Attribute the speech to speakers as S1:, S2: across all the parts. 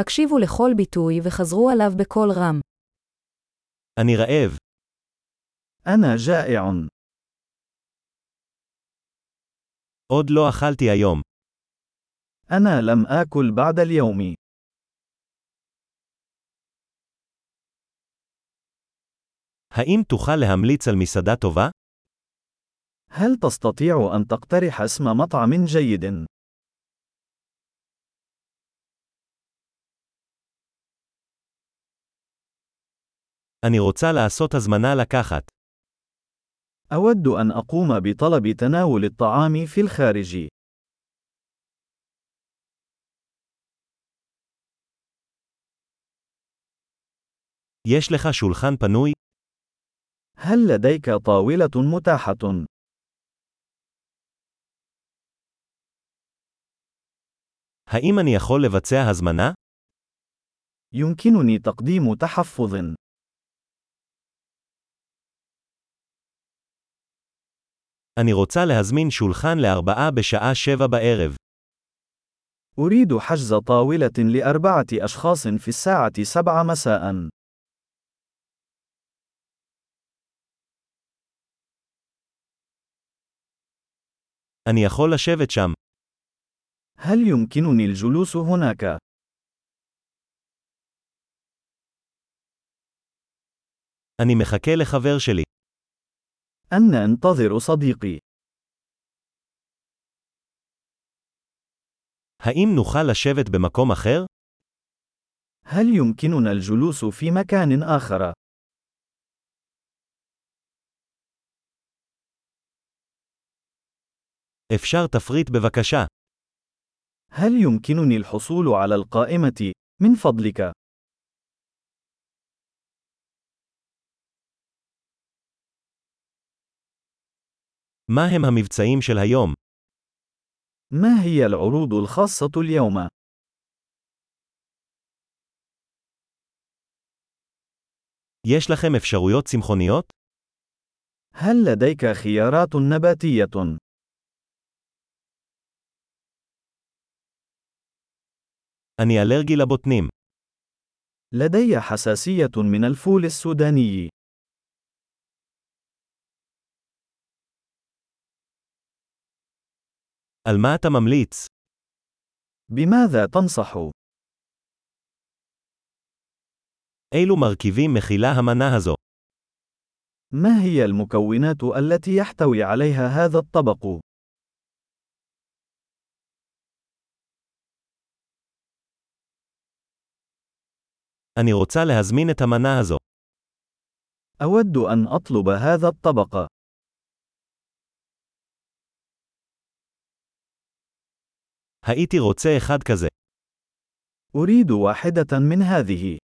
S1: הקשיבו לכל ביטוי וחזרו עליו בקול רם.
S2: אני רעב.
S3: أنا جائع.
S2: עוד לא אכלתי היום.
S3: أنا لم آكل بعد اليوم.
S2: האם תוכל להמליץ על מסעדה טובה?
S3: هل تستطيع أن تقترح اسم مطعم جيد؟
S2: אני רוצה לעשות הזמנה לקחת.
S3: أود أن أقوم بطلب تناول الطعام في الخارج.
S2: יש לך שולחן פנוי?
S3: هل لديك طاولة متاحة؟
S2: האם אני יכול לבצע הזמנה?
S3: يمكنني تقديم تحفظ.
S2: אני רוצה להזמין שולחן לארבעה בשעה שבע בערב.
S3: أريد حجز طاولة لأربعة أشخاص في الساعة 7 مساء.
S2: אני יכול לשבת שם.
S3: هل يمكنني الجلوس هناك؟
S2: אני מחכה לחבר שלי.
S3: أنا أنتظر صديقي.
S2: האם נוכל לשבת במקום אחר?
S3: هل يمكننا الجلوس في مكان آخر؟
S2: אפשר תפריט בבקשה.
S3: هل يمكنني الحصول على القائمة؟ من فضلك،
S2: מה הם המבצעים של היום?
S3: ما هي العروض الخاصة اليوم؟
S2: יש לכם אפשרויות צמחוניות?
S3: هل لديك خيارات نباتية؟
S2: אני אלרגי לבוטנים.
S3: لدي حساسية من الفول السوداني.
S2: על מה אתה ממליץ?
S3: بماذا تنصح؟
S2: אילו מרכיבים מכילה המנה הזו?
S3: ما هي المكونات التي يحتوي عليها هذا الطبق؟
S2: אני רוצה להזמין את המנה הזו.
S3: أود أن أطلب هذا الطبق.
S2: הייתי רוצה אחד כזה.
S3: أريد واحدة من هذه.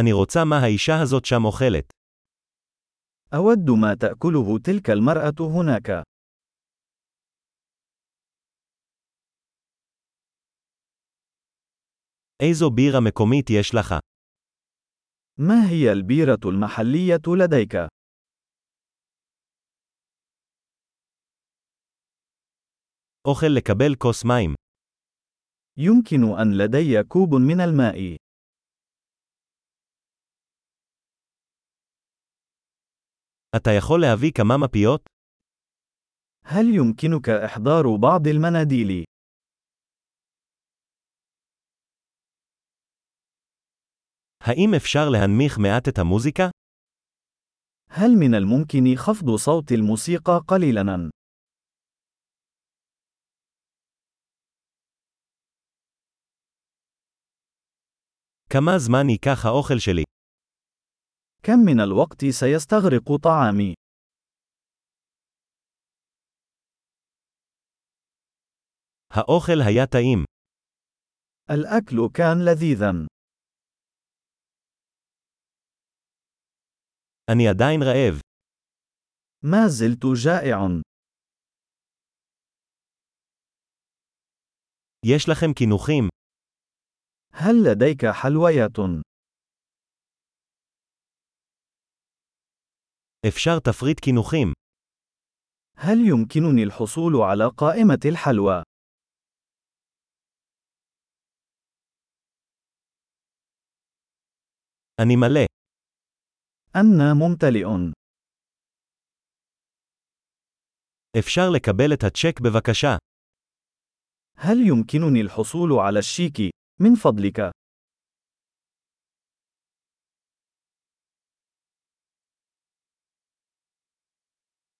S2: אני רוצה מה האישה הזאת שם אוכלת.
S3: أود ما تأكله تلك المرأة هناك.
S2: איזו בירה מקומית יש לך?
S3: ما هي البيرة المحلية لديك؟
S2: אוכל לקבל כוס מים.
S3: يمكن أن لدي كوب من الماء.
S2: אתה יכול להביא כמה מפיות?
S3: هل يمكنك إحضار بعض المناديل؟
S2: האם אפשר להנמיך מעט את המוזיקה?
S3: هل من الممكن خفض صوت الموسيقى قليلاً؟
S2: כמה זמן ייקח האוכל שלי?
S3: كم من الوقت سيستغرق طعامي؟
S2: האוכל היה טעים.
S3: الأكل كان لذيذاً.
S2: אני עדיין רעב.
S3: ما زلت جائع.
S2: יש לכם קינוחים?
S3: هل لديك حلويات؟
S2: אפשר תפריט קינוחים.
S3: هل يمكنني الحصول على قائمة الحلوى؟
S2: אני מלא.
S3: أنا ممتلئ.
S2: אפשר לקבל את הצ'ק בבקשה.
S3: هل يمكنني الحصول على الشيك؟ من فضلك،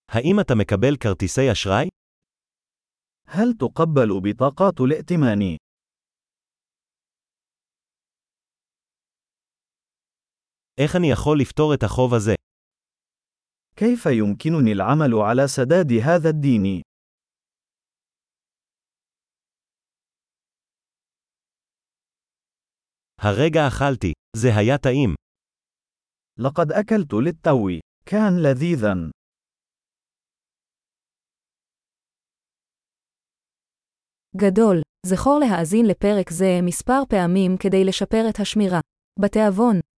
S2: האם אתה מקבל כרטיסי אשראי?
S3: هل تقبل بطاقات الائتمان؟
S2: איך אני יכול לפתור את החוב הזה?
S3: كيف يمكنني العمل على سداد هذا الدين؟
S2: הרגע אכלתי. זה היה טעים.
S3: لقد أكلت للتو. كان لذيذا.
S1: גדול. זכור להאזין לפרק זה מספר פעמים כדי לשפר את השמירה. בתיאבון